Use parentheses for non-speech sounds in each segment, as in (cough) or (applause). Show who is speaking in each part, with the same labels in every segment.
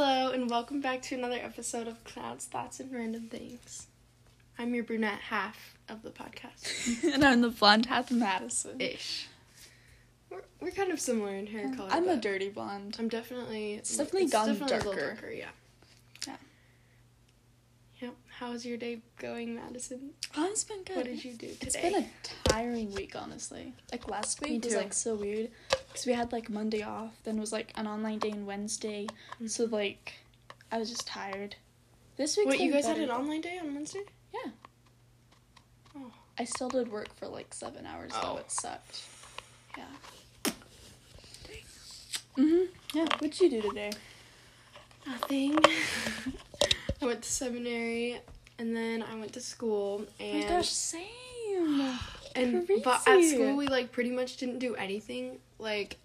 Speaker 1: welcome back to another episode of Clouds, Thoughts, and Random Things. I'm your brunette half of the podcast.
Speaker 2: (laughs) and I'm the blonde half of Madison.
Speaker 1: Ish. We're, we're kind of similar in hair color.
Speaker 2: I'm a
Speaker 1: but
Speaker 2: dirty blonde.
Speaker 1: I'm definitely.
Speaker 2: It's definitely gone
Speaker 1: a little
Speaker 2: darker.
Speaker 1: darker, yeah.
Speaker 2: Yeah.
Speaker 1: Yep. How's your day going, Madison?
Speaker 2: Oh, it's been good.
Speaker 1: What did you do today?
Speaker 2: It's been a tiring week, honestly. Like last
Speaker 1: Me
Speaker 2: week was
Speaker 1: too.
Speaker 2: like so weird because we had like Monday off, then was like an online day and Wednesday. So like, I was just tired. This week.
Speaker 1: Mm-hmm. Wait, you guys had an online day on Wednesday?
Speaker 2: Yeah.
Speaker 1: Oh.
Speaker 2: I still did work for like seven hours
Speaker 1: Oh.
Speaker 2: though. It sucked. Yeah. Mhm. Yeah. What'd you do today?
Speaker 1: Nothing. (laughs) I went to seminary and then I went to school
Speaker 2: Oh
Speaker 1: and (sighs)
Speaker 2: same.
Speaker 1: and but at
Speaker 2: crazy.
Speaker 1: school we like pretty much didn't do anything like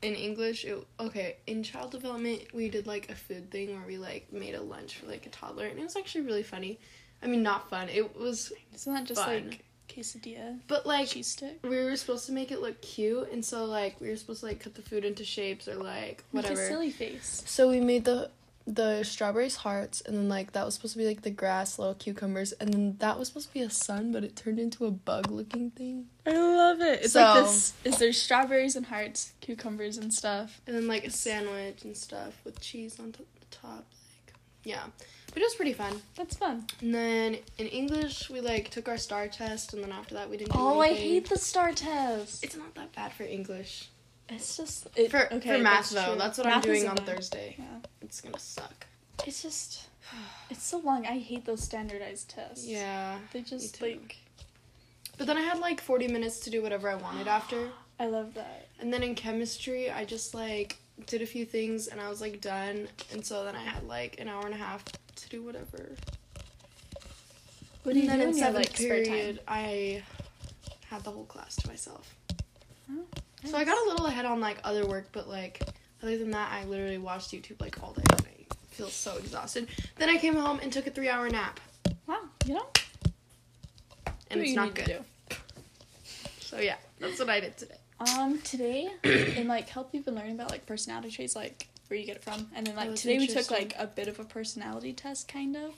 Speaker 1: in English it, okay in child development we did like a food thing where we like made a lunch for like a toddler and it was actually really funny. I mean not fun. It was
Speaker 2: Isn't that just
Speaker 1: Fun.
Speaker 2: like quesadilla,
Speaker 1: but like
Speaker 2: cheese stick,
Speaker 1: we were supposed to make it look cute and so like we were supposed to like cut the food into shapes or like
Speaker 2: Like a
Speaker 1: whatever.
Speaker 2: silly face?
Speaker 1: So we made the the strawberries hearts and then like that was supposed to be like the grass, little cucumbers, and then that was supposed to be a sun, but it turned into a bug looking thing.
Speaker 2: I love it. It's
Speaker 1: So-
Speaker 2: like this. Is there strawberries and hearts, cucumbers and stuff?
Speaker 1: And then like a sandwich and stuff with cheese on t- the top. Like yeah. But it was pretty fun.
Speaker 2: That's fun.
Speaker 1: And then in English we like took our star test and then after that we didn't do
Speaker 2: Oh, I
Speaker 1: anything.
Speaker 2: hate the star test.
Speaker 1: it's not that bad for English.
Speaker 2: It's just it,
Speaker 1: For, for math
Speaker 2: that's
Speaker 1: though,
Speaker 2: true.
Speaker 1: that's what I'm
Speaker 2: Math
Speaker 1: doing
Speaker 2: isn't
Speaker 1: on
Speaker 2: bad.
Speaker 1: Thursday.
Speaker 2: Yeah,
Speaker 1: It's gonna suck.
Speaker 2: it's just it's so long. I hate those standardized tests.
Speaker 1: Yeah.
Speaker 2: they just
Speaker 1: too.
Speaker 2: like
Speaker 1: But then I had like 40 minutes to do whatever I wanted after.
Speaker 2: I love that.
Speaker 1: And then in chemistry, I just like did a few things and I was like done. And so then I had like an hour and a half to do whatever.
Speaker 2: What do
Speaker 1: and
Speaker 2: you
Speaker 1: then
Speaker 2: do
Speaker 1: in
Speaker 2: when you have,
Speaker 1: seventh
Speaker 2: like, spare time?
Speaker 1: period, I had the whole class to myself.
Speaker 2: Oh,
Speaker 1: So I got a little ahead on like other work, but like other than that, I literally watched YouTube like all day. And I feel so exhausted. Then I came home and took a three hour nap,
Speaker 2: Wow, you know,
Speaker 1: and
Speaker 2: what
Speaker 1: it's
Speaker 2: you
Speaker 1: not
Speaker 2: need to
Speaker 1: good. So yeah, that's what I did today.
Speaker 2: Um, today in like help we've been learning about like personality traits, like where you get it from, and then
Speaker 1: Oh,
Speaker 2: like
Speaker 1: that's
Speaker 2: today we took
Speaker 1: interesting.
Speaker 2: like a bit of a personality test, kind of.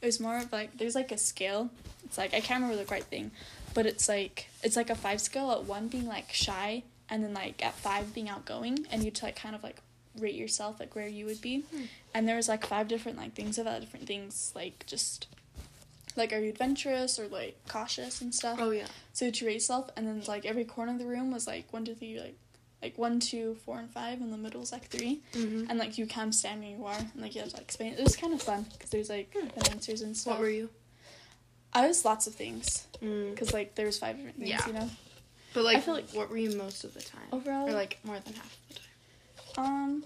Speaker 2: It was more of like there's like a scale. It's like I can't remember the right thing, but it's like it's like a five scale at one being like shy, and then like at five being outgoing, and you to like kind of like rate yourself like where you would be,
Speaker 1: Hmm.
Speaker 2: and there was like five different like things about different things like just like are you adventurous or like cautious and stuff.
Speaker 1: Oh yeah.
Speaker 2: So to rate yourself, and then like every corner of the room was like one, two, three, like like one, two, four, and five, and the middle is like three,
Speaker 1: Mm-hmm.
Speaker 2: and like you can stand where you are, and like you have to like explain. It was kind of fun because there's like
Speaker 1: Hmm.
Speaker 2: open answers and stuff.
Speaker 1: What were you?
Speaker 2: I was lots of things
Speaker 1: Mm.
Speaker 2: because like there was five different things,
Speaker 1: Yeah.
Speaker 2: you know.
Speaker 1: But like,
Speaker 2: I feel like-
Speaker 1: what were you most of the time?
Speaker 2: Overall,
Speaker 1: Or like more than half of the time.
Speaker 2: um,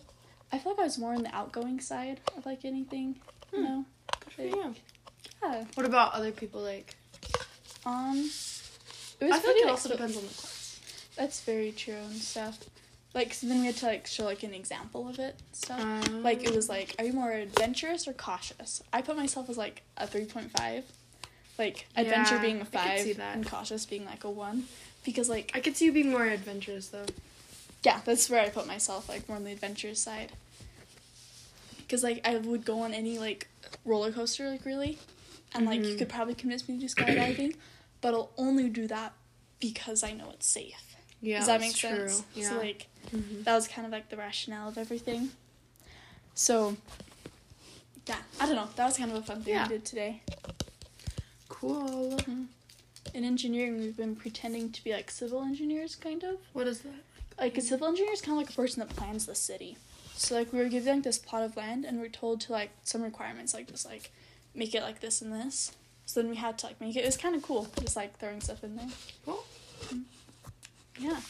Speaker 2: I feel like I was more on the outgoing side of like anything,
Speaker 1: Hmm.
Speaker 2: you know. Like, yeah.
Speaker 1: What about other people? Like,
Speaker 2: Um, it was
Speaker 1: I feel like
Speaker 2: pretty,
Speaker 1: it also
Speaker 2: so-
Speaker 1: depends on the class.
Speaker 2: That's very true and stuff. Like, so then we had to like show like an example of it and stuff.
Speaker 1: Um,
Speaker 2: Like it was like, are you more adventurous or cautious? I put myself as like a three point five, like adventure
Speaker 1: Yeah,
Speaker 2: being a
Speaker 1: I could
Speaker 2: five
Speaker 1: see that.
Speaker 2: and cautious being like a one, because like
Speaker 1: I could see you being more adventurous though.
Speaker 2: yeah, that's where I put myself like more on the adventurous side. Because like I would go on any like roller coaster like really, and like you
Speaker 1: Mhm.
Speaker 2: could probably convince me to do skydiving, but I'll only do that because I know it's safe.
Speaker 1: Yeah,
Speaker 2: Does that
Speaker 1: that's
Speaker 2: make sense?
Speaker 1: True. Yeah.
Speaker 2: So like
Speaker 1: Mhm.
Speaker 2: that was kind of like the rationale of everything. So, yeah, I don't know. That was kind of a fun thing
Speaker 1: Yeah.
Speaker 2: we did today.
Speaker 1: cool.
Speaker 2: In engineering, we've been pretending to be like civil engineers, kind of.
Speaker 1: What is that?
Speaker 2: Like a civil engineer is kind of like a person that plans the city. So like we were given like this plot of land, and we're told to like some requirements, like just like make it like this and this. So then we had to like make it. It was kind of cool, just like throwing stuff in there.
Speaker 1: Cool.
Speaker 2: Yeah.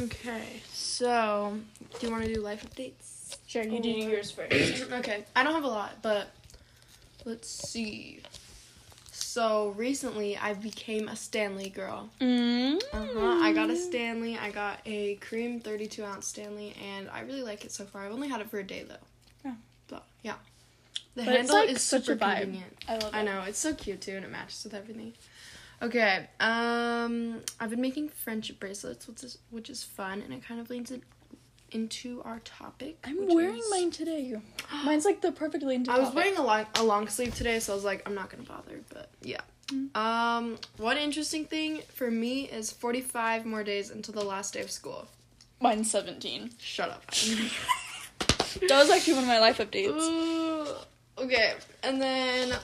Speaker 1: Okay, so do you want to do life updates?
Speaker 2: Sure. You do
Speaker 1: Or-
Speaker 2: yours first.
Speaker 1: (clears throat) okay, I don't have a lot, but let's see. So recently, I became a Stanley girl.
Speaker 2: mm
Speaker 1: Uh-huh. I got a Stanley. I got a cream 32 ounce Stanley, and I really like it so far. I've only had it for a day though.
Speaker 2: Yeah.
Speaker 1: So yeah. The
Speaker 2: But it's,
Speaker 1: handle
Speaker 2: like,
Speaker 1: is
Speaker 2: such a
Speaker 1: super
Speaker 2: vibe.
Speaker 1: convenient.
Speaker 2: I love it.
Speaker 1: I know it's so cute too, and it matches with everything. Okay, um, I've been making friendship bracelets, which is which is fun, and it kind of leans in, into our topic.
Speaker 2: I'm
Speaker 1: which
Speaker 2: wearing
Speaker 1: is-
Speaker 2: mine today. Mine's like the perfectly into.
Speaker 1: I was
Speaker 2: topic.
Speaker 1: wearing a long a long sleeve today, so I was like, I'm not gonna bother. But yeah.
Speaker 2: Mm.
Speaker 1: Um, one interesting thing for me is 45 more days until the last day of school.
Speaker 2: Mine's seventeen.
Speaker 1: Shut up.
Speaker 2: That was actually one of my life updates.
Speaker 1: Ooh, okay, and then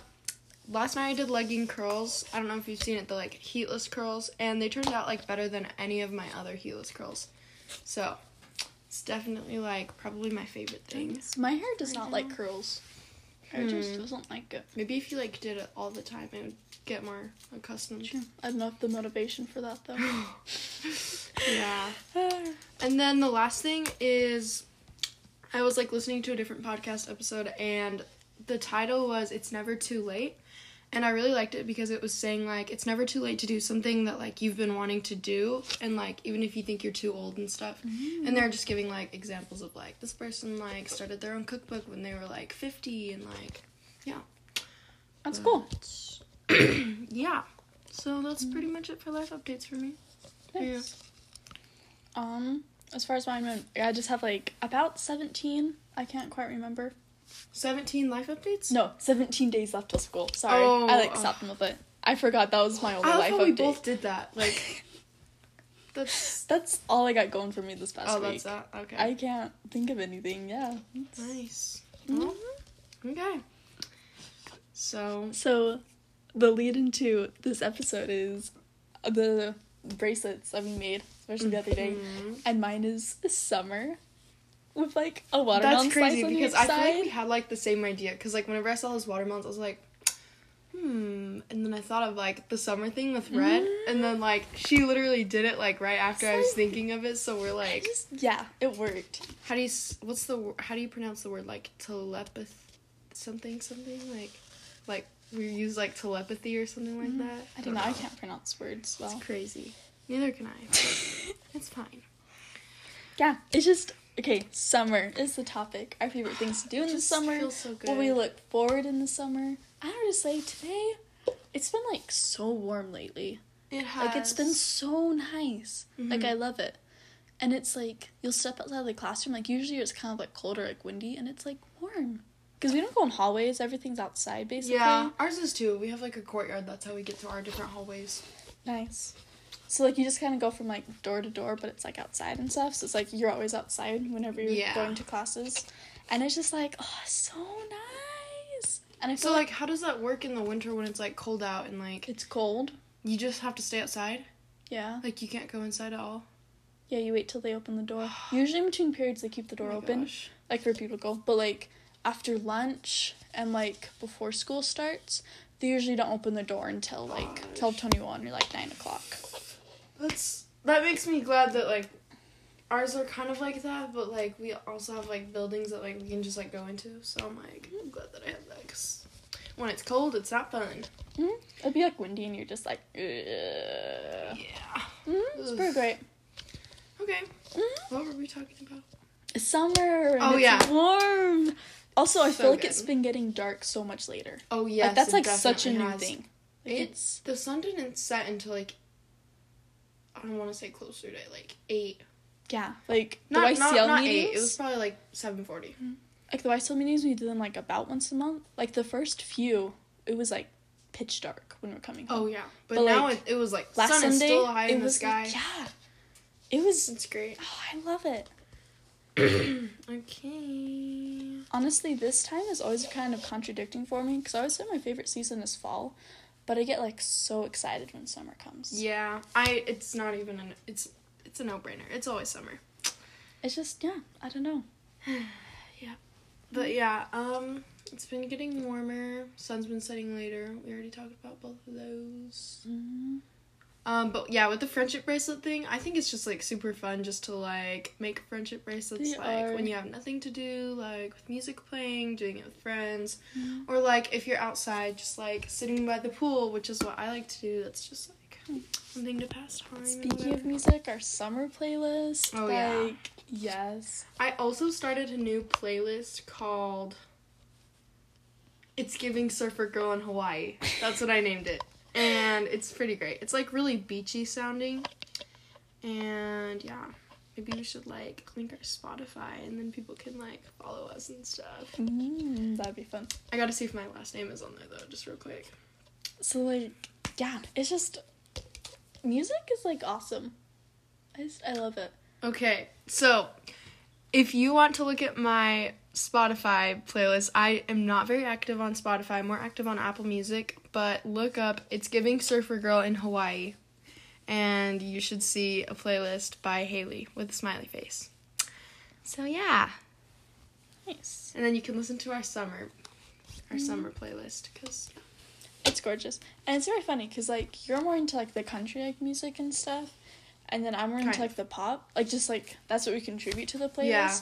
Speaker 1: last night I did legging curls. I don't know if you've seen it, the like heatless curls, and they turned out like better than any of my other heatless curls. So it's definitely like probably my favorite thing.
Speaker 2: My hair does
Speaker 1: Right
Speaker 2: not
Speaker 1: now.
Speaker 2: like curls. I just
Speaker 1: Hmm.
Speaker 2: doesn't like it.
Speaker 1: Maybe if you like did it all the time, it would get more accustomed.
Speaker 2: I don't know if the motivation for that though.
Speaker 1: (sighs) Yeah. And then the last thing is I was like listening to a different podcast episode and the title was It's Never Too Late. And I really liked it because it was saying like it's never too late to do something that like you've been wanting to do and like even if you think you're too old and stuff.
Speaker 2: Mm-hmm.
Speaker 1: And they're just giving like examples of like this person like started their own cookbook when they were like 50 and like
Speaker 2: That's cool.
Speaker 1: yeah. So that's pretty much it for life updates for me.
Speaker 2: Thanks. Um, as far as mine went, I just have like about seventeen. I can't quite remember.
Speaker 1: 17 life updates?
Speaker 2: No, seventeen days left till school. Sorry,
Speaker 1: Oh,
Speaker 2: I like
Speaker 1: ugh.
Speaker 2: stopped them with it. I forgot that was my only
Speaker 1: I
Speaker 2: life
Speaker 1: thought we
Speaker 2: update.
Speaker 1: both did that.
Speaker 2: (laughs)
Speaker 1: Like that's
Speaker 2: That's all I got going for me this past
Speaker 1: Oh,
Speaker 2: week.
Speaker 1: that's that. Okay.
Speaker 2: I can't think of anything. Yeah.
Speaker 1: nice.
Speaker 2: Mhm.
Speaker 1: Well, okay. So
Speaker 2: So, the lead into this episode is the bracelets that we made, especially the other day,
Speaker 1: Mhm.
Speaker 2: and mine is summer with like a watermelon
Speaker 1: that's
Speaker 2: slice
Speaker 1: crazy
Speaker 2: on
Speaker 1: because
Speaker 2: each
Speaker 1: I feel like we
Speaker 2: side.
Speaker 1: had like the same idea. Because like whenever I saw those watermelons, I was like, hmm. And then I thought of like the summer thing with red, and
Speaker 2: Mm-hmm.
Speaker 1: then like she literally did it like right after I was
Speaker 2: Same.
Speaker 1: thinking of it. So we're
Speaker 2: I
Speaker 1: like,
Speaker 2: just- yeah, it worked.
Speaker 1: how do you s- what's the wo- how do you pronounce the word like telepath something something like like we use like telepathy or something like that.
Speaker 2: Mm-hmm. I don't know. I can't pronounce words well.
Speaker 1: It's crazy. Neither can
Speaker 2: (laughs)
Speaker 1: I. It's fine.
Speaker 2: yeah, it's just okay. Summer is the topic. Our favorite things to do in the
Speaker 1: Just
Speaker 2: summer.
Speaker 1: feels so
Speaker 2: What we
Speaker 1: good.
Speaker 2: look forward in the summer. I don't know just say today. It's been like so warm lately.
Speaker 1: It has.
Speaker 2: Like it's been so nice. Like
Speaker 1: Mhm.
Speaker 2: I love it. And it's like you'll step outside the classroom. Like usually it's kind of like cold or like windy, and it's like warm. Because we don't go in hallways. Everything's outside basically.
Speaker 1: Yeah, ours is too. We have like a courtyard. That's how we get to our different hallways.
Speaker 2: Nice. So like you just kind of go from like door to door, but it's like outside and stuff. So it's like you're always outside whenever you're
Speaker 1: Yeah.
Speaker 2: going to classes, and it's just like oh so nice. And I feel
Speaker 1: So like, how does that work in the winter when it's like cold out and like
Speaker 2: it's cold.
Speaker 1: you just have to stay outside?
Speaker 2: Yeah.
Speaker 1: Like you can't go inside at all.
Speaker 2: Yeah, you wait till they open the
Speaker 1: (sighs)
Speaker 2: door. Usually in between periods they keep the door
Speaker 1: Oh my
Speaker 2: open,
Speaker 1: gosh.
Speaker 2: like for people to go. But like after lunch and like before school starts, they usually don't open the door until like
Speaker 1: Gosh.
Speaker 2: twelve twenty one or like nine o'clock.
Speaker 1: That's that makes me glad that like ours are kind of like that, but like we also have like buildings that like we can just like go into. So I'm like I'm glad that I have that. 'cause when it's cold, it's not fun.
Speaker 2: Mm-hmm. It'd be like windy and you're just like, mm
Speaker 1: Yeah.
Speaker 2: it's pretty
Speaker 1: Ugh.
Speaker 2: great.
Speaker 1: Okay.
Speaker 2: Mhm.
Speaker 1: What were we talking about?
Speaker 2: It's summer. And
Speaker 1: Oh,
Speaker 2: it's
Speaker 1: yeah.
Speaker 2: warm. Also, I
Speaker 1: So
Speaker 2: feel like
Speaker 1: good.
Speaker 2: it's been getting dark so much later.
Speaker 1: Oh yes,
Speaker 2: like that's
Speaker 1: it
Speaker 2: like such a new
Speaker 1: definitely has.
Speaker 2: thing. Like,
Speaker 1: It-
Speaker 2: it's
Speaker 1: The sun didn't set until like I don't want to say closer to like eight.
Speaker 2: yeah, like
Speaker 1: Not
Speaker 2: the YCL
Speaker 1: not, not
Speaker 2: meetings.
Speaker 1: eight. It was probably like seven forty.
Speaker 2: like the YSL meetings, we do them like about once a month. Like the first few, it was like pitch dark when we we're coming home.
Speaker 1: Oh yeah, but,
Speaker 2: But,
Speaker 1: now
Speaker 2: like,
Speaker 1: it, it was like
Speaker 2: Last
Speaker 1: Oh, sun
Speaker 2: Sunday,
Speaker 1: is still high
Speaker 2: it
Speaker 1: in the
Speaker 2: was
Speaker 1: sky.
Speaker 2: Like, yeah, it was.
Speaker 1: It's great.
Speaker 2: Oh, I love it.
Speaker 1: Okay.
Speaker 2: Honestly, this time is always kind of contradicting for me because I always say my favorite season is fall, but I get like so excited when summer comes.
Speaker 1: Yeah, I. It's not even an. It's it's a no brainer. It's always summer.
Speaker 2: It's just yeah, I don't know.
Speaker 1: But
Speaker 2: Mm-hmm.
Speaker 1: yeah, um, it's been getting warmer. Sun's been setting later. We already talked about both of those.
Speaker 2: Mm-hmm.
Speaker 1: Um, but yeah, with the friendship bracelet thing, I think it's just like super fun just to like make friendship bracelets
Speaker 2: They
Speaker 1: like
Speaker 2: are.
Speaker 1: when you have nothing to do, like with music playing, doing it with friends,
Speaker 2: Mm-hmm.
Speaker 1: or like if you're outside, just like sitting by the pool, which is what I like to do. That's just like something to pass time. and
Speaker 2: Hmm. Speaking
Speaker 1: whatever.
Speaker 2: of music, our summer playlist.
Speaker 1: Oh, yeah.
Speaker 2: like, yeah. Yes.
Speaker 1: I also started a new playlist called It's Giving Surfer Girl in Hawaii. That's what I named it. And it's pretty great. It's like really beachy sounding. And yeah, Maybe we should like link our Spotify and then people can like follow us and stuff.
Speaker 2: Mm, that'd be fun.
Speaker 1: I gotta see if my last name is on there though, just real quick.
Speaker 2: So like, yeah, it's just music is like awesome. I just, I love it.
Speaker 1: Okay, so if you want to look at my Spotify playlist, I am not very active on Spotify, more active on Apple Music, but look up It's Giving Surfer Girl in Hawaii, and you should see a playlist by Haley with a smiley face. So yeah,
Speaker 2: Nice.
Speaker 1: and then you can listen to our summer, our summer playlist because
Speaker 2: It's gorgeous, and it's very funny because like you're more into like the country like music and stuff, and then I'm more into
Speaker 1: Kind
Speaker 2: like the pop. Like just like that's what we contribute to the playlist.
Speaker 1: Yeah.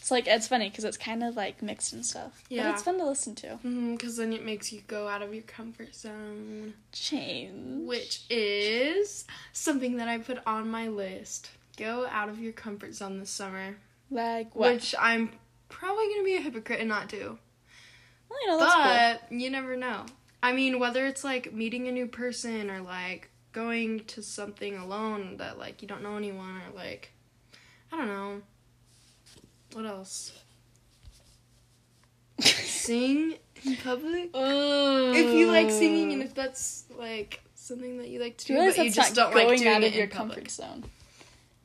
Speaker 2: So like it's funny because it's kind of like mixed and stuff. But
Speaker 1: Yeah.
Speaker 2: it's fun to listen to.
Speaker 1: because mm-hmm, then it makes you go out of your comfort zone,
Speaker 2: Change.
Speaker 1: which is something that I put on my list. Go out of your comfort zone this summer.
Speaker 2: like what?
Speaker 1: Which I'm probably gonna be a hypocrite and not do.
Speaker 2: Well, you know, that's cool.
Speaker 1: but you never know. I mean, whether it's like meeting a new person or like going to something alone that like you don't know anyone or like I don't know. What else?
Speaker 2: (laughs)
Speaker 1: Sing in public? If you like singing and if that's like something that you like to do,
Speaker 2: Do you realize
Speaker 1: but
Speaker 2: that's
Speaker 1: you just
Speaker 2: not
Speaker 1: don't like
Speaker 2: going
Speaker 1: doing
Speaker 2: out
Speaker 1: it
Speaker 2: of your
Speaker 1: in public.
Speaker 2: comfort zone?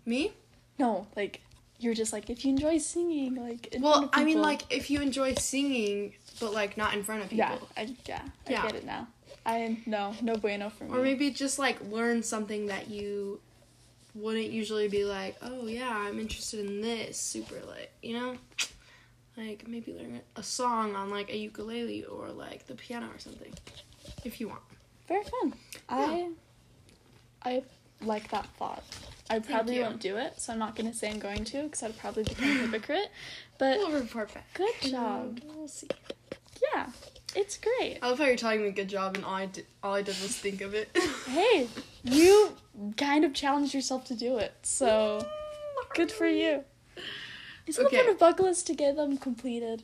Speaker 1: Me?
Speaker 2: No, like you're just like if you enjoy singing, like in front
Speaker 1: Well,
Speaker 2: of
Speaker 1: I mean
Speaker 2: people-
Speaker 1: like if you enjoy singing but like not in front of people.
Speaker 2: yeah, I, yeah, I
Speaker 1: Yeah.
Speaker 2: get it now. I no, no bueno for me.
Speaker 1: Or maybe just like learn something that you wouldn't usually be like, oh yeah, I'm interested in this, super like, you know? Like maybe learn a song on like a ukulele or like the piano or something, if you want.
Speaker 2: very fun. I I like that thought. I probably
Speaker 1: you.
Speaker 2: won't do it, so I'm not gonna say I'm going to because I'd probably become a hypocrite. But
Speaker 1: We'll report back.
Speaker 2: good
Speaker 1: and
Speaker 2: job.
Speaker 1: We'll see.
Speaker 2: yeah, it's great.
Speaker 1: I love how you're telling me good job, and all I did, all I did was think of it. (laughs)
Speaker 2: Hey, you kind of challenged yourself to do it, so good for you. Isn't
Speaker 1: Okay.
Speaker 2: that part of bucket list to get them completed?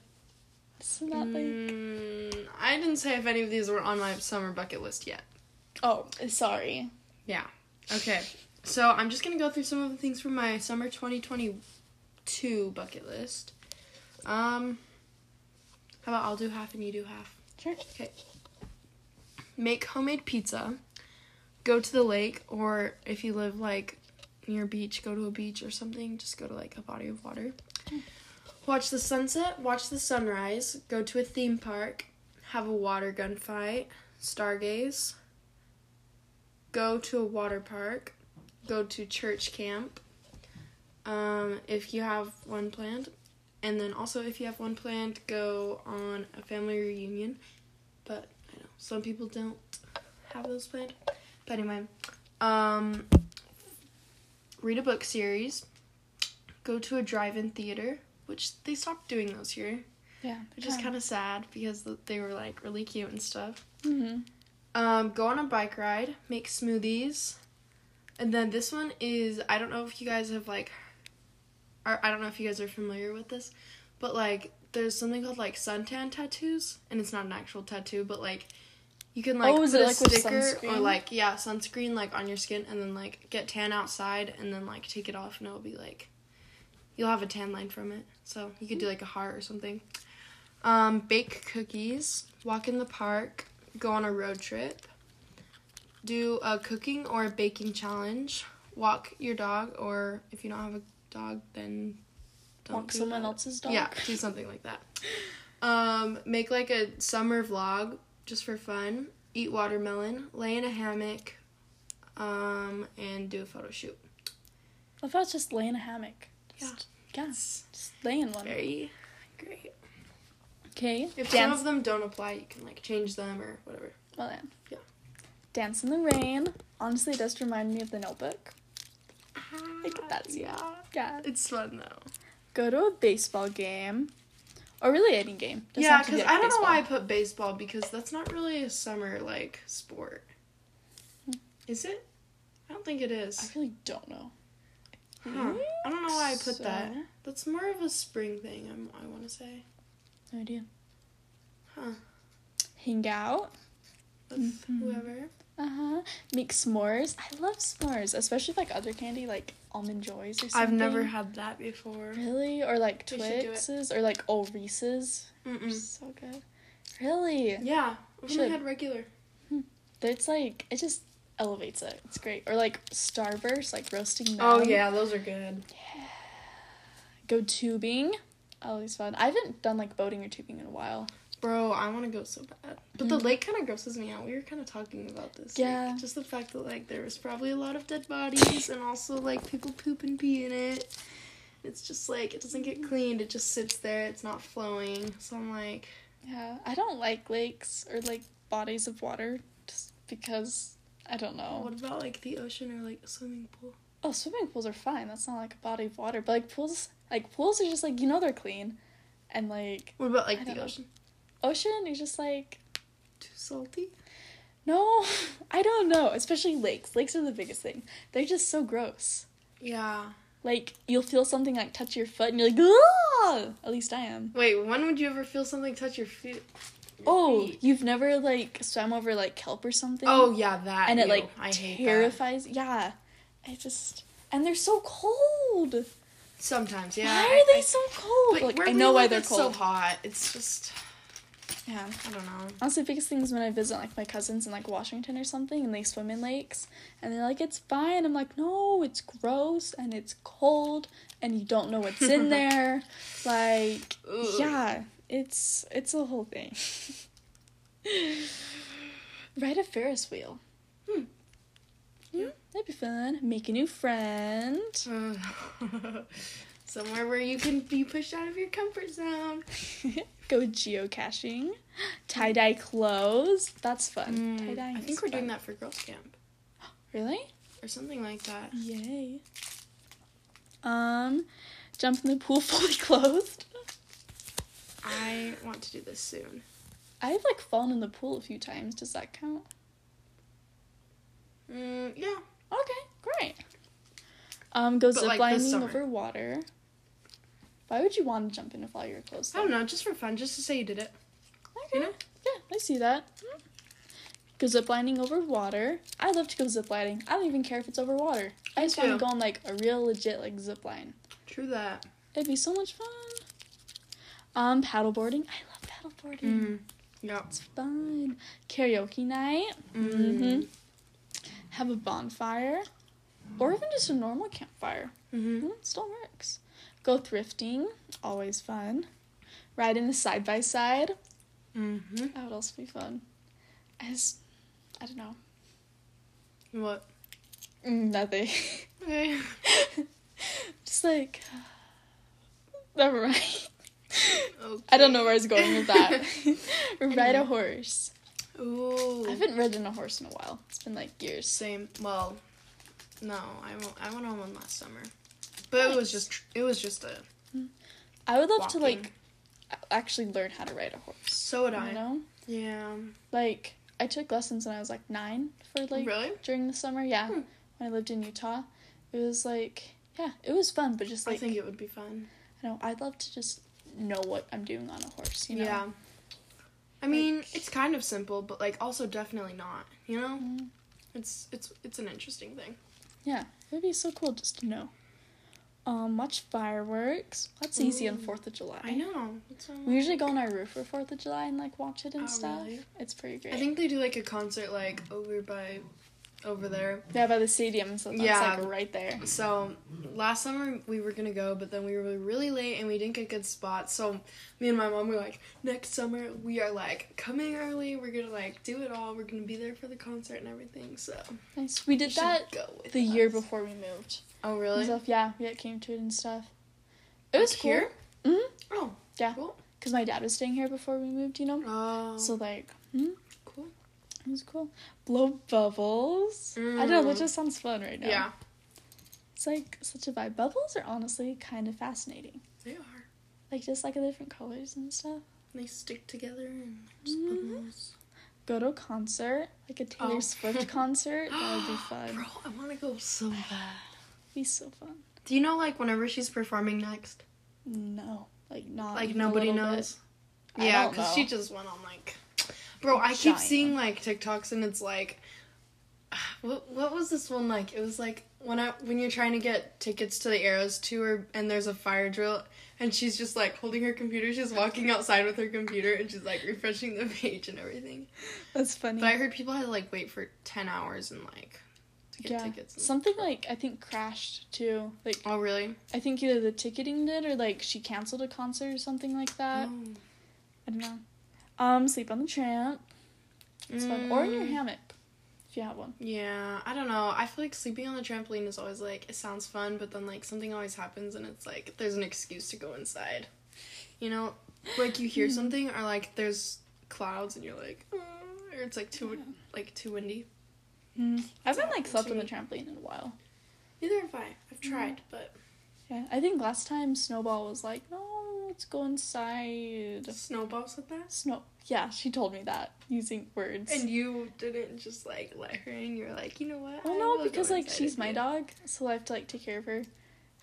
Speaker 2: Isn't that like
Speaker 1: Mm, I didn't say if any of these were on my summer bucket list yet.
Speaker 2: Oh, sorry.
Speaker 1: Yeah. Okay. So I'm just gonna go through some of the things from my summer 2022 bucket list. Um, how about I'll do half and you do half?
Speaker 2: Sure.
Speaker 1: Make homemade pizza. Go to the lake, or if you live like near a beach, go to a beach or something. Just go to like a body of water. Watch the sunset. Watch the sunrise. Go to a theme park. Have a water gun fight. Stargaze. Go to a water park. Go to church camp. Um, if you have one planned. And then also, if you have one planned, go on a family reunion but I know some people don't have those planned. But anyway, um, read a book series, go to a drive-in theater, which they stopped doing those here,
Speaker 2: Yeah. Um,
Speaker 1: which is kind of sad because th- they were like really cute and stuff.
Speaker 2: hmm
Speaker 1: Um, go on a bike ride, make smoothies, and then this one is I don't know if you guys have like, or I don't know if you guys are familiar with this, but like there's something called like suntan tattoos, and it's not an actual tattoo, but like you can like
Speaker 2: Oh, is
Speaker 1: put
Speaker 2: it,
Speaker 1: a
Speaker 2: like, with
Speaker 1: sticker or
Speaker 2: sunscreen?
Speaker 1: like yeah sunscreen like on your skin, and then like get tan outside, and then like take it off, and it'll be like you'll have a tan line from it. So you could do like a heart or something. Um, bake cookies, walk in the park, go on a road trip, do a cooking or a baking challenge, walk your dog, or if you don't have a dog, then don't
Speaker 2: Walk
Speaker 1: do
Speaker 2: someone
Speaker 1: that.
Speaker 2: else's dog.
Speaker 1: Yeah, do something like that. Um, make like a summer vlog just for fun. Eat watermelon, lay in a hammock, um, and do a photo shoot.
Speaker 2: What if I was just laying a hammock?
Speaker 1: Yeah.
Speaker 2: Just, yeah. Just lay in one.
Speaker 1: Very great.
Speaker 2: Okay.
Speaker 1: If some
Speaker 2: dance.
Speaker 1: of them don't apply, you can like change them or whatever.
Speaker 2: well, then.
Speaker 1: Yeah.
Speaker 2: Dance in the rain. Honestly, it does remind me of the Notebook. I get that.
Speaker 1: Yeah.
Speaker 2: Ah, Yeah.
Speaker 1: It's fun though.
Speaker 2: Go to a baseball game, or really any game. Doesn't
Speaker 1: yeah,
Speaker 2: have to be,
Speaker 1: because
Speaker 2: like,
Speaker 1: I don't know why I
Speaker 2: baseball.
Speaker 1: put baseball because that's not really a summer like sport. Is it? I don't think it is.
Speaker 2: I really don't know.
Speaker 1: Huh. I don't know why I put
Speaker 2: So-
Speaker 1: that. That's more of a spring thing. I'm, I want to say.
Speaker 2: No idea.
Speaker 1: Huh.
Speaker 2: Hang out.
Speaker 1: With Whoever.
Speaker 2: Uh huh. make s'mores. I love s'mores, especially like other candy like almond joys or something.
Speaker 1: I've never had that before.
Speaker 2: Really? Or like
Speaker 1: We should do it. Mm.
Speaker 2: Twixes or like oh Reese's. They're
Speaker 1: Mm-mm.
Speaker 2: So good. Really?
Speaker 1: Yeah, I've only
Speaker 2: Should.
Speaker 1: had regular.
Speaker 2: It's like it just elevates it. It's great. Or like Starburst, like roasting them.
Speaker 1: Oh yeah, those are good.
Speaker 2: Go tubing. Always fun. I haven't done like boating or tubing in a while.
Speaker 1: Bro, I want to go so bad. But the
Speaker 2: Mhm.
Speaker 1: lake kind of grosses me out. We were kind of talking about this. like,
Speaker 2: Yeah.
Speaker 1: just the fact that, like, there was probably a lot of dead bodies and also, like, people poop and pee in it. It's just, like, it doesn't get cleaned. It just sits there. It's not flowing. So I'm like,
Speaker 2: Yeah. I don't like lakes or like bodies of water just because I don't know.
Speaker 1: what about, like, the ocean or, like, a swimming pool?
Speaker 2: Oh, swimming pools are fine. That's not like a body of water. But like pools, like pools are just like you know they're clean, and like
Speaker 1: What about,
Speaker 2: I
Speaker 1: like,
Speaker 2: don't
Speaker 1: the
Speaker 2: know.
Speaker 1: ocean?
Speaker 2: ocean is just like
Speaker 1: Too salty?
Speaker 2: no, (laughs) I don't know. Especially lakes. Lakes are the biggest thing. They're just so gross.
Speaker 1: Yeah.
Speaker 2: Like you'll feel something like touch your foot, and you're like, Aah! at least I am.
Speaker 1: Wait, when would you ever feel something touch your feet?
Speaker 2: Oh,
Speaker 1: feet.
Speaker 2: you've never like swam over like kelp or something.
Speaker 1: Oh, yeah, that.
Speaker 2: and it
Speaker 1: ew,
Speaker 2: like
Speaker 1: I hate that.
Speaker 2: terrifies. Yeah, I just and they're so cold.
Speaker 1: Sometimes, yeah.
Speaker 2: why
Speaker 1: I-
Speaker 2: are they
Speaker 1: I-
Speaker 2: so cold?
Speaker 1: but
Speaker 2: Like
Speaker 1: where
Speaker 2: I
Speaker 1: we
Speaker 2: know why
Speaker 1: live,
Speaker 2: they're
Speaker 1: it's
Speaker 2: cold.
Speaker 1: so hot. It's just,
Speaker 2: yeah.
Speaker 1: I don't know.
Speaker 2: Honestly, the biggest thing is when I visit like my cousins in like Washington or something, and they swim in lakes, and they're like, "It's fine." I'm like, "No, it's gross, and it's cold, and you don't know
Speaker 1: (laughs)
Speaker 2: what's in there." Like,
Speaker 1: Ugh. (laughs)
Speaker 2: yeah, it's it's a whole thing. (laughs) Ride a Ferris wheel.
Speaker 1: Hmm.
Speaker 2: Yeah, that'd be fun. Make a new friend. (laughs)
Speaker 1: Uh, Somewhere where you can be pushed out of your comfort zone.
Speaker 2: Go geocaching. Tie dye clothes. That's fun. Tie dye.
Speaker 1: Hmm, Mm, I think we're doing that for girls' camp
Speaker 2: Really?
Speaker 1: or something like that.
Speaker 2: Mm. Yay. Um, jump in the pool (laughs) fully clothed.
Speaker 1: I want to do this soon.
Speaker 2: I've like fallen in the pool a few times. Does that count?
Speaker 1: Mm, yeah.
Speaker 2: Okay, great. Um, go
Speaker 1: But, like, this
Speaker 2: ziplining
Speaker 1: summer.
Speaker 2: over water. Why would you want to jump in if all your clothes?
Speaker 1: I don't know, just for fun, just to say you did it.
Speaker 2: Okay.
Speaker 1: You know?
Speaker 2: Yeah, I see that. Go ziplining over water. I love to go ziplining. I don't even care if it's over water. I just want to
Speaker 1: too.
Speaker 2: go on like a real legit like zipline.
Speaker 1: True that.
Speaker 2: It'd be so much fun. Um, paddleboarding. I love paddleboarding.
Speaker 1: Mm-hmm. Mm. Yeah.
Speaker 2: It's fun. Karaoke night. Mm-hmm.
Speaker 1: Mm.
Speaker 2: Have a bonfire. Or even just a normal campfire.
Speaker 1: Mm-hmm.
Speaker 2: Mm, It still works. Go thrifting. Always fun. Ride in a side by side.
Speaker 1: Mm-hmm.
Speaker 2: That would also be fun. I just, I don't know.
Speaker 1: What?
Speaker 2: Mm, nothing. (laughs)
Speaker 1: Okay. (laughs)
Speaker 2: just like, (sighs) never mind. (laughs)
Speaker 1: okay.
Speaker 2: I don't know where I was going with that. (laughs) Ride
Speaker 1: Anyway.
Speaker 2: a horse.
Speaker 1: Ooh.
Speaker 2: I haven't ridden a horse in a while. It's been like years.
Speaker 1: Same. Well, no, I won't. I went on one last summer, but it was
Speaker 2: Nice.
Speaker 1: just it was just a
Speaker 2: I would love to
Speaker 1: Walking.
Speaker 2: like a- actually learn how to ride a horse.
Speaker 1: so would
Speaker 2: You
Speaker 1: I.
Speaker 2: know?
Speaker 1: Yeah.
Speaker 2: Like I took lessons when I was like nine for like
Speaker 1: really?
Speaker 2: during the summer. Yeah,
Speaker 1: Hmm.
Speaker 2: when I lived in Utah, it was like yeah, it was fun, but just
Speaker 1: I
Speaker 2: like I,
Speaker 1: think it would be fun.
Speaker 2: don't know I'd love to just know what I'm doing on a horse. You know?
Speaker 1: Yeah. I mean, it's kind of simple, but like also definitely not. You know,
Speaker 2: Mm,
Speaker 1: it's it's it's an interesting thing.
Speaker 2: yeah, it would be so cool just to know. Um, watch fireworks. That's easy on
Speaker 1: Ooh.
Speaker 2: Fourth of July.
Speaker 1: I know. That's what I'm
Speaker 2: We
Speaker 1: like-
Speaker 2: usually go on our roof for Fourth of July and like watch it and
Speaker 1: Oh,
Speaker 2: stuff.
Speaker 1: really?
Speaker 2: It's pretty great.
Speaker 1: I think they do like a concert like over by, over there.
Speaker 2: yeah, by the stadium, so that's
Speaker 1: Yeah.
Speaker 2: like right there.
Speaker 1: So last summer we were gonna go, but then we were really late and we didn't get good spots. So me and my mom were like, next summer we are like coming early. We're gonna like do it all. We're gonna be there for the concert and everything. So
Speaker 2: Nice. We
Speaker 1: you
Speaker 2: did
Speaker 1: should
Speaker 2: that
Speaker 1: go with
Speaker 2: the year
Speaker 1: us.
Speaker 2: before we moved.
Speaker 1: Oh
Speaker 2: and
Speaker 1: really?
Speaker 2: stuff. Yeah, yeah, it came to it and stuff. It was
Speaker 1: Like
Speaker 2: cool.
Speaker 1: here?
Speaker 2: Mhm.
Speaker 1: Oh
Speaker 2: Yeah.
Speaker 1: Cool.
Speaker 2: Cause my dad was staying here before we moved, you know.
Speaker 1: Oh.
Speaker 2: So like, hmm,
Speaker 1: cool.
Speaker 2: it was cool. Blow bubbles. I don't know. That
Speaker 1: Mm.
Speaker 2: just sounds fun right now.
Speaker 1: Yeah.
Speaker 2: It's like such a vibe. Bubbles are honestly kind of fascinating.
Speaker 1: They are.
Speaker 2: Like just like the different colors and stuff.
Speaker 1: They stick together and just
Speaker 2: Mhm.
Speaker 1: bubbles.
Speaker 2: Go to a concert, like a Taylor
Speaker 1: Oh. (laughs)
Speaker 2: Swift concert. That would
Speaker 1: (gasps)
Speaker 2: be
Speaker 1: Bro,
Speaker 2: fun.
Speaker 1: I want to go so bad.
Speaker 2: Be so fun.
Speaker 1: Do you know like whenever she's performing next,
Speaker 2: No, like not.
Speaker 1: like
Speaker 2: even a
Speaker 1: nobody
Speaker 2: little bit.
Speaker 1: knows?
Speaker 2: I
Speaker 1: Yeah,
Speaker 2: don't
Speaker 1: because she
Speaker 2: know.
Speaker 1: just went on like. Bro, I keep
Speaker 2: Giant.
Speaker 1: seeing like (sighs) TikToks and it's like what what was this one like? It was like when I when you're trying to get tickets to the Arrows tour and there's a fire drill and she's just like holding her computer. She's walking outside with her computer and she's like refreshing the (laughs) page and everything.
Speaker 2: That's funny.
Speaker 1: But I heard people had to like wait for ten hours and like to get
Speaker 2: yeah.
Speaker 1: tickets. and-
Speaker 2: Something like I think crashed too. Like
Speaker 1: oh really?
Speaker 2: I think either the ticketing did or like she canceled a concert or something like that.
Speaker 1: Oh.
Speaker 2: I don't know. Um, sleep on the tramp. It's fun. Or in your
Speaker 1: Mm.
Speaker 2: hammock. If you have one.
Speaker 1: Yeah, I don't know. I feel like sleeping on the trampoline is always like it sounds fun, but then like something always happens and it's like there's an excuse to go inside. You know, like you
Speaker 2: Hmm.
Speaker 1: hear something or like there's clouds and you're like, "Oh," or it's like too
Speaker 2: Yeah.
Speaker 1: like too windy. Mm.
Speaker 2: I haven't like slept on the
Speaker 1: Too-
Speaker 2: trampoline in a while.
Speaker 1: Neither have I. I've
Speaker 2: Hmm.
Speaker 1: tried, but
Speaker 2: Yeah. I think last time Snowball was like, No, let's go inside.
Speaker 1: snowballs with that.
Speaker 2: Snow yeah, she told me that using words.
Speaker 1: And you didn't just like let her in. You're like, you know what?
Speaker 2: Well,
Speaker 1: I will
Speaker 2: no,
Speaker 1: go
Speaker 2: because like
Speaker 1: inside
Speaker 2: she's
Speaker 1: with
Speaker 2: my
Speaker 1: you."
Speaker 2: dog, so I have to like take care of her,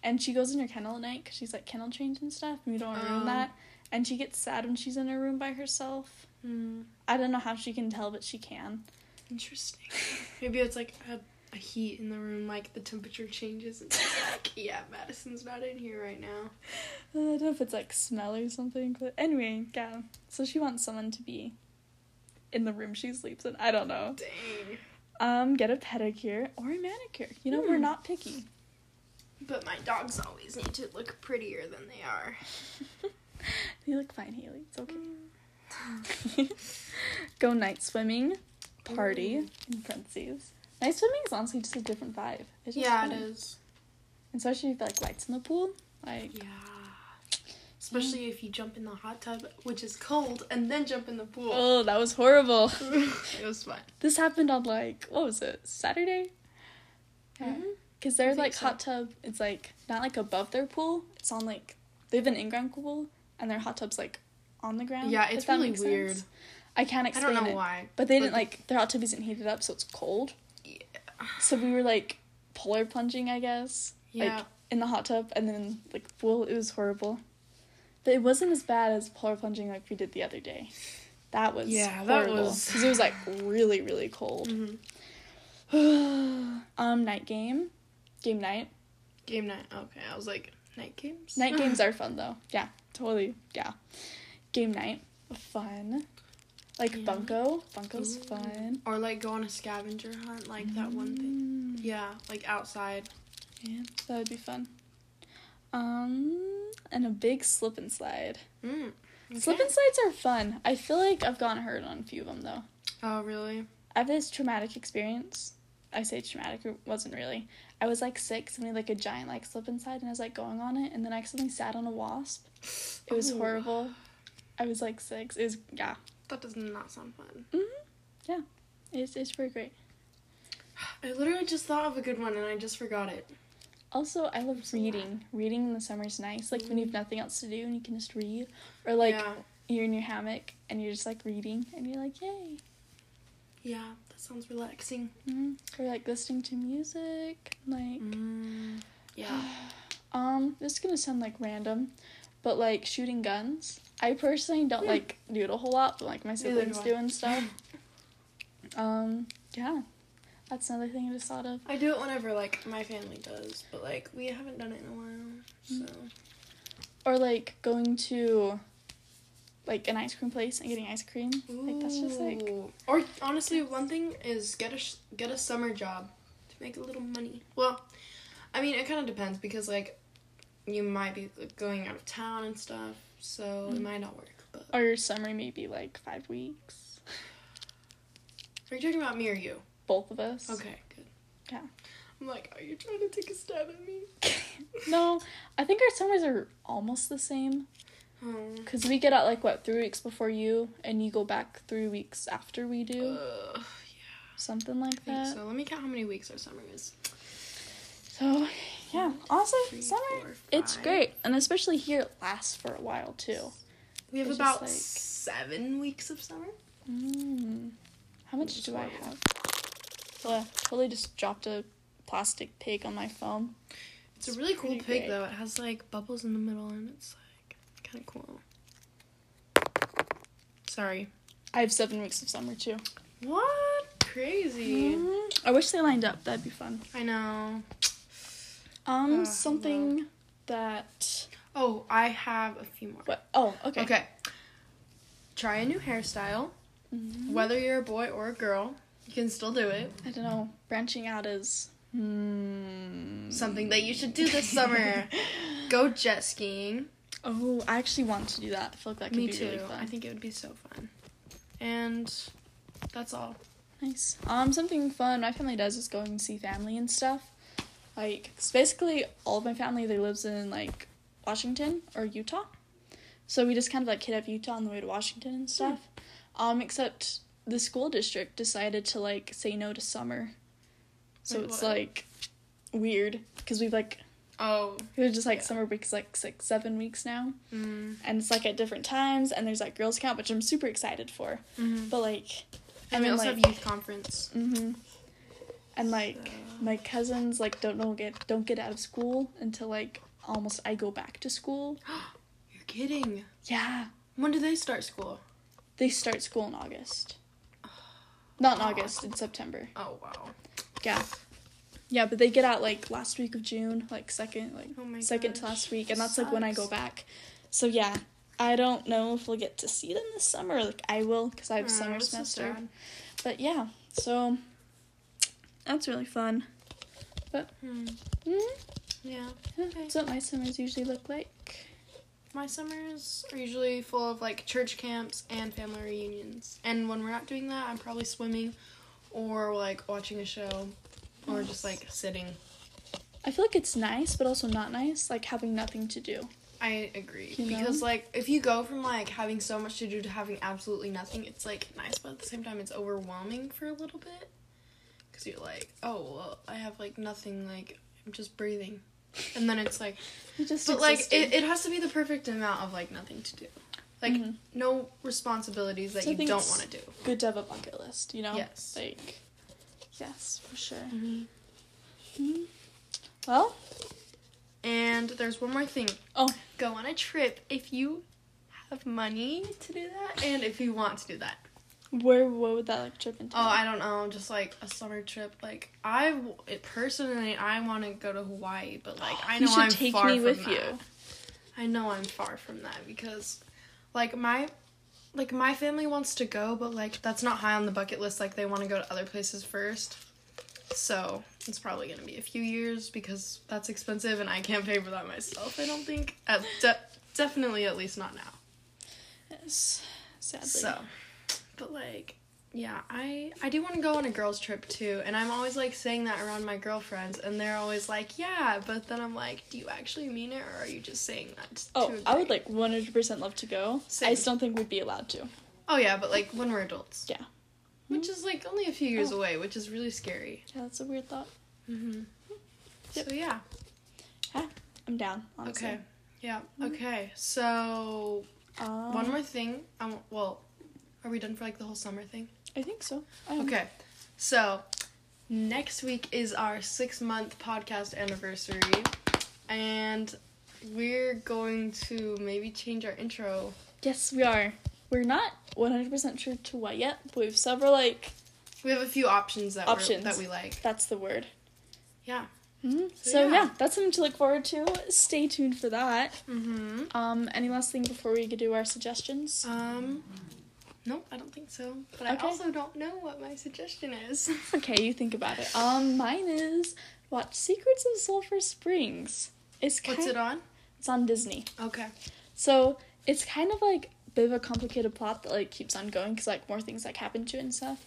Speaker 2: and she goes in her kennel at night because she's like kennel trained and stuff, and we don't want to ruin
Speaker 1: Oh.
Speaker 2: that. And she gets sad when she's in her room by herself.
Speaker 1: Hmm.
Speaker 2: I don't know how she can tell, but she can.
Speaker 1: Interesting. Maybe it's like a, a heat in the room, like the temperature changes. And she's like, (laughs) yeah, Madison's not in here right now.
Speaker 2: I don't know if it's like smell or something, but anyway, yeah. So she wants someone to be in the room she sleeps in. I don't know.
Speaker 1: Dang.
Speaker 2: Um, get a pedicure or a manicure. You know, we're
Speaker 1: Hmm.
Speaker 2: not picky.
Speaker 1: But my dogs always need to look prettier than they are.
Speaker 2: You look fine, Haley. It's okay. (laughs) go night swimming, party
Speaker 1: Ooh.
Speaker 2: in parentheses. Night swimming is honestly just a different vibe. It's just
Speaker 1: yeah, it
Speaker 2: fun.
Speaker 1: is.
Speaker 2: Especially if like lights in the pool. Like
Speaker 1: Yeah. Especially if you jump in the hot tub, which is cold, and then jump in the pool.
Speaker 2: oh, that was horrible.
Speaker 1: (laughs) it was fun.
Speaker 2: This happened on like what was it Saturday? Yeah.
Speaker 1: Mhm.
Speaker 2: Cause
Speaker 1: I
Speaker 2: their
Speaker 1: think
Speaker 2: like
Speaker 1: so.
Speaker 2: hot tub, it's like not like above their pool. It's on like they have an in ground pool, and their hot tub's like on the ground.
Speaker 1: Yeah,
Speaker 2: if
Speaker 1: it's
Speaker 2: that
Speaker 1: really
Speaker 2: makes
Speaker 1: weird.
Speaker 2: sense. I can't
Speaker 1: I
Speaker 2: explain
Speaker 1: don't know
Speaker 2: it.
Speaker 1: why.
Speaker 2: But they didn't
Speaker 1: Like-
Speaker 2: like their hot tub isn't heated up, so it's cold.
Speaker 1: Yeah.
Speaker 2: So we were like polar plunging, I guess.
Speaker 1: Yeah.
Speaker 2: Like in the hot tub and then like the pool. It was horrible. But it wasn't as bad as polar plunging like we did the other day. That was
Speaker 1: Yeah, that
Speaker 2: horrible.
Speaker 1: was-
Speaker 2: because it was like really really cold.
Speaker 1: Mhm.
Speaker 2: (sighs) um, night game, game night.
Speaker 1: Game night. Okay, I was like, night games? (sighs) (laughs)
Speaker 2: Night games are fun though. Yeah, totally. Yeah, game night, fun. Like
Speaker 1: Yeah.
Speaker 2: bunco, bunco's
Speaker 1: Ooh.
Speaker 2: fun.
Speaker 1: Or like go on a scavenger hunt, like that one thing.
Speaker 2: Mm.
Speaker 1: Yeah, like outside.
Speaker 2: Yeah, that would be fun. Um, and a big slip and slide.
Speaker 1: Mm.
Speaker 2: Slip and slides are fun. I feel like I've gotten hurt on a few of them though.
Speaker 1: Oh, really?
Speaker 2: I have this traumatic experience. I say traumatic, it wasn't really. I was like six and we had like a giant like slip and slide, and I was like going on it, and then I accidentally sat on a wasp. It was
Speaker 1: Oh,
Speaker 2: horrible. I was like six. It was yeah.
Speaker 1: That does not sound fun.
Speaker 2: hmm Yeah. It's it's pretty great.
Speaker 1: I literally just thought of a good one and I just forgot it.
Speaker 2: Also, I love
Speaker 1: a lot.
Speaker 2: reading. Reading in the summer is nice. Like when you have nothing else to do and you can just read, or like
Speaker 1: Mm-hmm. yeah,
Speaker 2: you're in your hammock and you're just like reading and you're like yay
Speaker 1: yeah, that sounds relaxing.
Speaker 2: mm or like listening to music like
Speaker 1: Mm,
Speaker 2: Mm.
Speaker 1: Yeah.
Speaker 2: (sighs) um this is gonna sound like random but like shooting guns i personally don't
Speaker 1: Hmm.
Speaker 2: like do it a whole lot but like my
Speaker 1: Neither do
Speaker 2: siblings
Speaker 1: I.
Speaker 2: do and stuff um yeah that's another thing i just thought of
Speaker 1: I do it whenever like my family does, but like we haven't done it in a while. So
Speaker 2: or like going to like an ice cream place and getting ice cream like that's just like
Speaker 1: Ooh. Or honestly, one thing is get a sh- get a summer job to make a little money. Well, I mean, it kind of depends because like you might be like, going out of town and stuff, so it
Speaker 2: Mm.
Speaker 1: might not work. But
Speaker 2: or your summer maybe like five weeks
Speaker 1: are you talking about me or you?
Speaker 2: both of us
Speaker 1: Okay, good.
Speaker 2: Yeah.
Speaker 1: I'm like, are you trying to take a stab at me?
Speaker 2: no i think our summers are almost the same
Speaker 1: Oh.
Speaker 2: Because we get out like what three weeks before you, and you go back three weeks after we do,
Speaker 1: Ugh,
Speaker 2: something
Speaker 1: Uh, I
Speaker 2: like
Speaker 1: think
Speaker 2: that.
Speaker 1: so. Let me count how many weeks our summer is.
Speaker 2: So, yeah, honestly,
Speaker 1: Three,
Speaker 2: summer
Speaker 1: four,
Speaker 2: it's
Speaker 1: five.
Speaker 2: great, and especially here it lasts for a while too.
Speaker 1: We have
Speaker 2: It's just
Speaker 1: about
Speaker 2: like-
Speaker 1: seven weeks of summer.
Speaker 2: Mm. How much
Speaker 1: Just
Speaker 2: do I
Speaker 1: one.
Speaker 2: have? Well, I totally just dropped a plastic pig on my phone.
Speaker 1: It's a really cool
Speaker 2: pretty
Speaker 1: pig
Speaker 2: great.
Speaker 1: though. It has like bubbles in the middle and it's like kind of cool. Sorry.
Speaker 2: I have seven weeks of summer too.
Speaker 1: What? Crazy. Mm.
Speaker 2: Mhm. I wish they lined up. That'd be fun.
Speaker 1: I know.
Speaker 2: Um,
Speaker 1: Uh,
Speaker 2: something that
Speaker 1: Oh, I have a few more.
Speaker 2: what? Oh, okay.
Speaker 1: Okay. Try a new hairstyle.
Speaker 2: Mhm.
Speaker 1: Whether you're a boy or a girl, you can still do it.
Speaker 2: I don't know. Branching out is hmm.
Speaker 1: Something that you should do this summer. Go jet skiing.
Speaker 2: (laughs) Oh, I actually want to do that. I feel like that could
Speaker 1: Me
Speaker 2: be
Speaker 1: too.
Speaker 2: really fun.
Speaker 1: I think it would be so fun. And that's all.
Speaker 2: Nice. Um, something fun my family does is going and see family and stuff. Like, 'cause basically all of my family they lives in like Washington or Utah, so we just kind of like hit up Utah on the way to Washington
Speaker 1: Hmm.
Speaker 2: and stuff. Um, except the school district decided to like say no to summer, so
Speaker 1: Like
Speaker 2: it's
Speaker 1: what?
Speaker 2: like weird because we've like
Speaker 1: Oh.
Speaker 2: we were just like
Speaker 1: Yeah.
Speaker 2: summer breaks like six seven weeks now,
Speaker 1: Mm.
Speaker 2: and it's like at different times, and there's like Girls Camp which I'm super excited for,
Speaker 1: hmm
Speaker 2: but like
Speaker 1: And we
Speaker 2: then,
Speaker 1: also
Speaker 2: Mm-hmm. like-
Speaker 1: have youth conference.
Speaker 2: Mm-hmm. And like
Speaker 1: So-
Speaker 2: my cousins like don't know get don't get out of school until like almost I go back to school.
Speaker 1: (gasps) You're kidding.
Speaker 2: Yeah,
Speaker 1: When do they start school?
Speaker 2: they start school
Speaker 1: (sighs)
Speaker 2: in August. Not in August, in September.
Speaker 1: Oh wow.
Speaker 2: Yeah. Yeah, but they get out like last week of June, like second, like
Speaker 1: Oh my
Speaker 2: second to
Speaker 1: gosh.
Speaker 2: last week, and that's like when I go back. So yeah, I don't know if we'll get to see them this summer. Like I will, cause I have
Speaker 1: Aw,
Speaker 2: summer
Speaker 1: that's so
Speaker 2: semester.
Speaker 1: sad.
Speaker 2: but yeah, so that's really fun.
Speaker 1: Hmm.
Speaker 2: Mm,
Speaker 1: Yeah.
Speaker 2: yeah,
Speaker 1: Okay.
Speaker 2: That's what my summers usually look like.
Speaker 1: My summers are usually full of like church camps and family reunions. And when we're not doing that, I'm probably swimming or like watching a show or just like sitting.
Speaker 2: I feel like it's nice, but also not nice, like having nothing to do.
Speaker 1: I agree.
Speaker 2: You know?
Speaker 1: Because like if you go from like having so much to do to having absolutely nothing, it's like nice, but at the same time it's overwhelming for a little bit. Cuz you're like, "Oh, well, I have like nothing like I'm just breathing." And then it's like
Speaker 2: You just
Speaker 1: but like
Speaker 2: existing.
Speaker 1: it, it has to be the perfect amount of like nothing to do. Like
Speaker 2: Mhm.
Speaker 1: no responsibilities that
Speaker 2: So I
Speaker 1: you
Speaker 2: think
Speaker 1: don't
Speaker 2: it's-
Speaker 1: want to do.
Speaker 2: good to have a bucket list, you know?
Speaker 1: Yes.
Speaker 2: Like yes, for sure.
Speaker 1: Mhm.
Speaker 2: Mhm. Well,
Speaker 1: And there's one more thing.
Speaker 2: Oh.
Speaker 1: Go on a trip if you have money to do that and if you want to do that.
Speaker 2: where what would that like trip into?
Speaker 1: Oh, I don't know, just like a summer trip. Like I w- it- personally I want to go to Hawaii, but like I know
Speaker 2: you should
Speaker 1: I'm
Speaker 2: take
Speaker 1: far
Speaker 2: me
Speaker 1: from
Speaker 2: with
Speaker 1: that.
Speaker 2: you.
Speaker 1: I know I'm far from that because like my like my family wants to go, but like that's not high on the bucket list. Like they want to go to other places first. So, it's probably going to be a few years because that's expensive and I can't pay for that myself. I don't think at de- definitely at least not now.
Speaker 2: Yes. Sadly.
Speaker 1: So, but like, yeah, I I do want to go on a girls trip too, and I'm always like saying that around my girlfriends, and they're always like, yeah, but then I'm like, do you actually mean it, or are you just saying that? t-
Speaker 2: Oh,
Speaker 1: to
Speaker 2: I would
Speaker 1: agree?"
Speaker 2: like 100% love to go.
Speaker 1: Same.
Speaker 2: I just don't think we'd be allowed to.
Speaker 1: Oh yeah, but like when we're adults.
Speaker 2: Yeah.
Speaker 1: Which is like only a few years
Speaker 2: Oh.
Speaker 1: away, which is really scary.
Speaker 2: Yeah, that's a weird thought.
Speaker 1: Mm-hmm.
Speaker 2: Yep.
Speaker 1: So yeah.
Speaker 2: I'm down, honestly.
Speaker 1: Okay. Yeah. Okay. So
Speaker 2: Mm-hmm. Um,
Speaker 1: one more thing. Um. Well, are we done for like the whole summer thing?
Speaker 2: I think so. Um, I don't know.
Speaker 1: Okay, so next week is our six month podcast anniversary, and we're going to maybe change our intro.
Speaker 2: Yes, we are. We're not 100% sure to what yet, but we have several, like,
Speaker 1: We have a few options that We're,
Speaker 2: Options.
Speaker 1: that we like.
Speaker 2: that's the word.
Speaker 1: Yeah.
Speaker 2: Mhm.
Speaker 1: Mm-hmm. So,
Speaker 2: So,
Speaker 1: yeah.
Speaker 2: yeah. that's something to look forward to. Stay tuned for that.
Speaker 1: Mm-hmm.
Speaker 2: Um, any last thing before we do our suggestions?
Speaker 1: Um. Nope, I don't think so. But I
Speaker 2: Okay.
Speaker 1: also don't know what my suggestion (laughs) is.
Speaker 2: Okay, you think about it. Um, mine is watch Secrets of Sulphur Springs. It's kind
Speaker 1: What's it on?
Speaker 2: It's on Disney.
Speaker 1: Okay.
Speaker 2: So it's kind of like a bit of a complicated plot that like keeps on going because like more things like happen to it and stuff.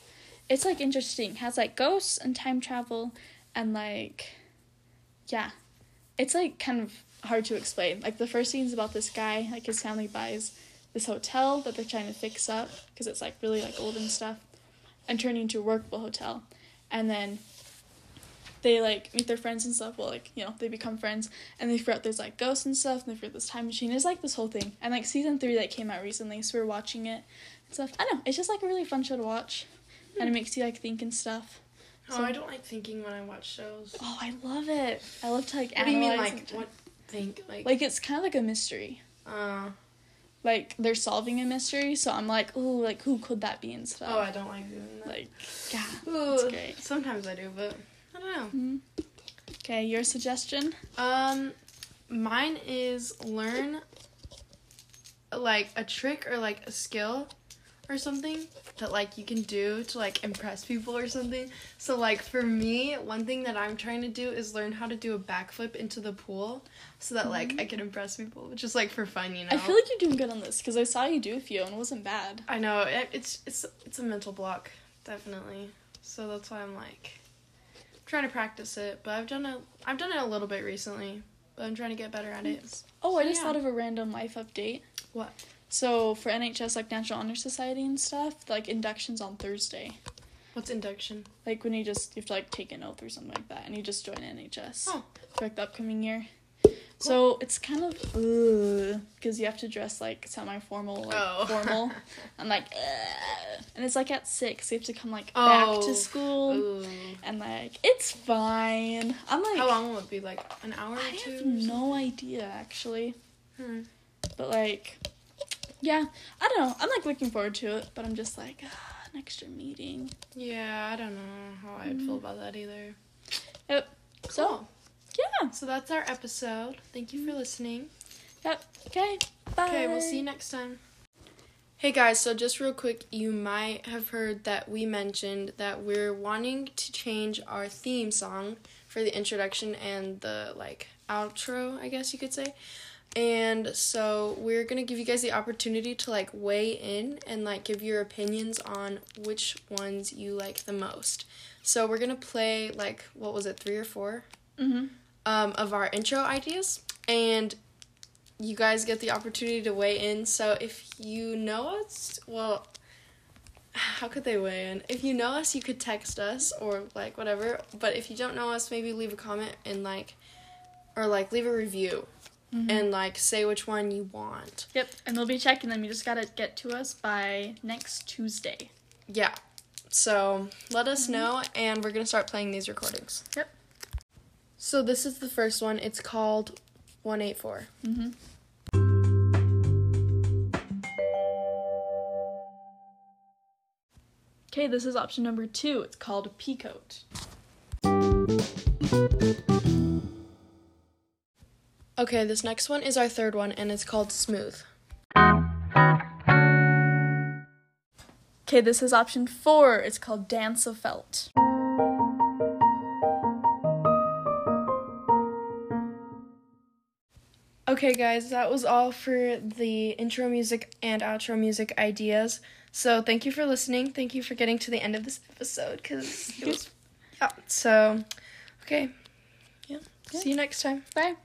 Speaker 2: It's like interesting. has like ghosts and time travel and like yeah. It's like kind of hard to explain. Like the first scene's about this guy, like his family buys this hotel that they're trying to fix up because it's like really like old and stuff and turning into a workable hotel. And then they like meet their friends and stuff. Well, like you know, they become friends, and they figure out there's like ghosts and stuff, and they figure out this time machine. It's like this whole thing, and like season three that came out recently, so we're watching it and stuff. I don't know. It's just like a really fun show to watch, and it makes you like think and stuff.
Speaker 1: Oh,
Speaker 2: So-
Speaker 1: I don't like thinking when I watch shows.
Speaker 2: Oh, I love it. I love to like
Speaker 1: What do you mean,
Speaker 2: analyze
Speaker 1: like
Speaker 2: and-
Speaker 1: what? Think like.
Speaker 2: Like it's kind of like a mystery,
Speaker 1: Uh,
Speaker 2: like they're solving a mystery, so I'm like, oh, like who could that be and stuff.
Speaker 1: Oh, I don't like doing that.
Speaker 2: like yeah,
Speaker 1: Ooh,
Speaker 2: it's great.
Speaker 1: Sometimes I do, but I don't know.
Speaker 2: Mhm. Okay, your suggestion.
Speaker 1: Um, mine is learn like a trick or like a skill or something that like you can do to like impress people or something. So like for me, one thing that I'm trying to do is learn how to do a backflip into the pool so that like I can impress people, just like for fun, you know.
Speaker 2: Mm-hmm. I feel like you're doing good on this because I saw you do a few and it wasn't bad.
Speaker 1: I know it, it's it's it's a mental block, definitely. So that's why I'm like trying to practice it, but I've done a I've done it a little bit recently, but I'm trying to get better at it.
Speaker 2: Oh, I
Speaker 1: So,
Speaker 2: just
Speaker 1: yeah.
Speaker 2: thought of a random life update.
Speaker 1: What?
Speaker 2: So for NHS, like National Honor Society and stuff, like inductions on Thursday.
Speaker 1: What's induction?
Speaker 2: Like when you just you have to like take an oath or something like that, and you just join NHS
Speaker 1: Oh.
Speaker 2: for like the upcoming year. So it's kind of because you have to dress like semi-formal, like
Speaker 1: Oh. (laughs)
Speaker 2: formal, and like, ugh. and it's like at six, so you have to come like back
Speaker 1: Oh.
Speaker 2: to school, and like it's fine. I'm like,
Speaker 1: How long will it be? Like an hour or
Speaker 2: I
Speaker 1: two?
Speaker 2: have
Speaker 1: or something?
Speaker 2: no idea actually,
Speaker 1: Hmm.
Speaker 2: but like, yeah, I don't know. I'm like looking forward to it, but I'm just like, ah, an extra meeting.
Speaker 1: Yeah, I don't know how I'd feel about that either.
Speaker 2: Mm. Yep. So Mm.
Speaker 1: Cool.
Speaker 2: yeah.
Speaker 1: So that's our episode. Thank you for listening.
Speaker 2: Yep. Okay. Bye.
Speaker 1: Okay, we'll see you next time. Hey guys, so just real quick, you might have heard that we mentioned that we're wanting to change our theme song for the introduction and the like outro, I guess you could say. And so we're going to give you guys the opportunity to like weigh in and like give your opinions on which ones you like the most. So we're going to play like what was it, 3 or 4?
Speaker 2: Mm-hmm.
Speaker 1: um, of our intro ideas, and you guys get the opportunity to weigh in. So if you know us, well, how could they weigh in? If you know us, you could text us or like whatever. But if you don't know us, maybe leave a comment and like, or like leave a review and like say which one you want.
Speaker 2: Yep, and they'll be checking them. You just gotta get to us by next Tuesday.
Speaker 1: Yeah. So let us know, and we're gonna start playing these recordings.
Speaker 2: Yep.
Speaker 1: So this is the first one. It's called 184.
Speaker 2: Mm-hmm. Okay, this is option number two. It's called peacoat.
Speaker 1: Okay, this next one is our third one, and it's called Smooth.
Speaker 2: Okay, this is option four. It's called dance of felt.
Speaker 1: Okay, guys, that was all for the intro music and outro music ideas. So, thank you for listening. Thank you for getting to the end of this episode because (laughs) it was. Yeah, so, okay. Yeah. See you next time.
Speaker 2: Bye.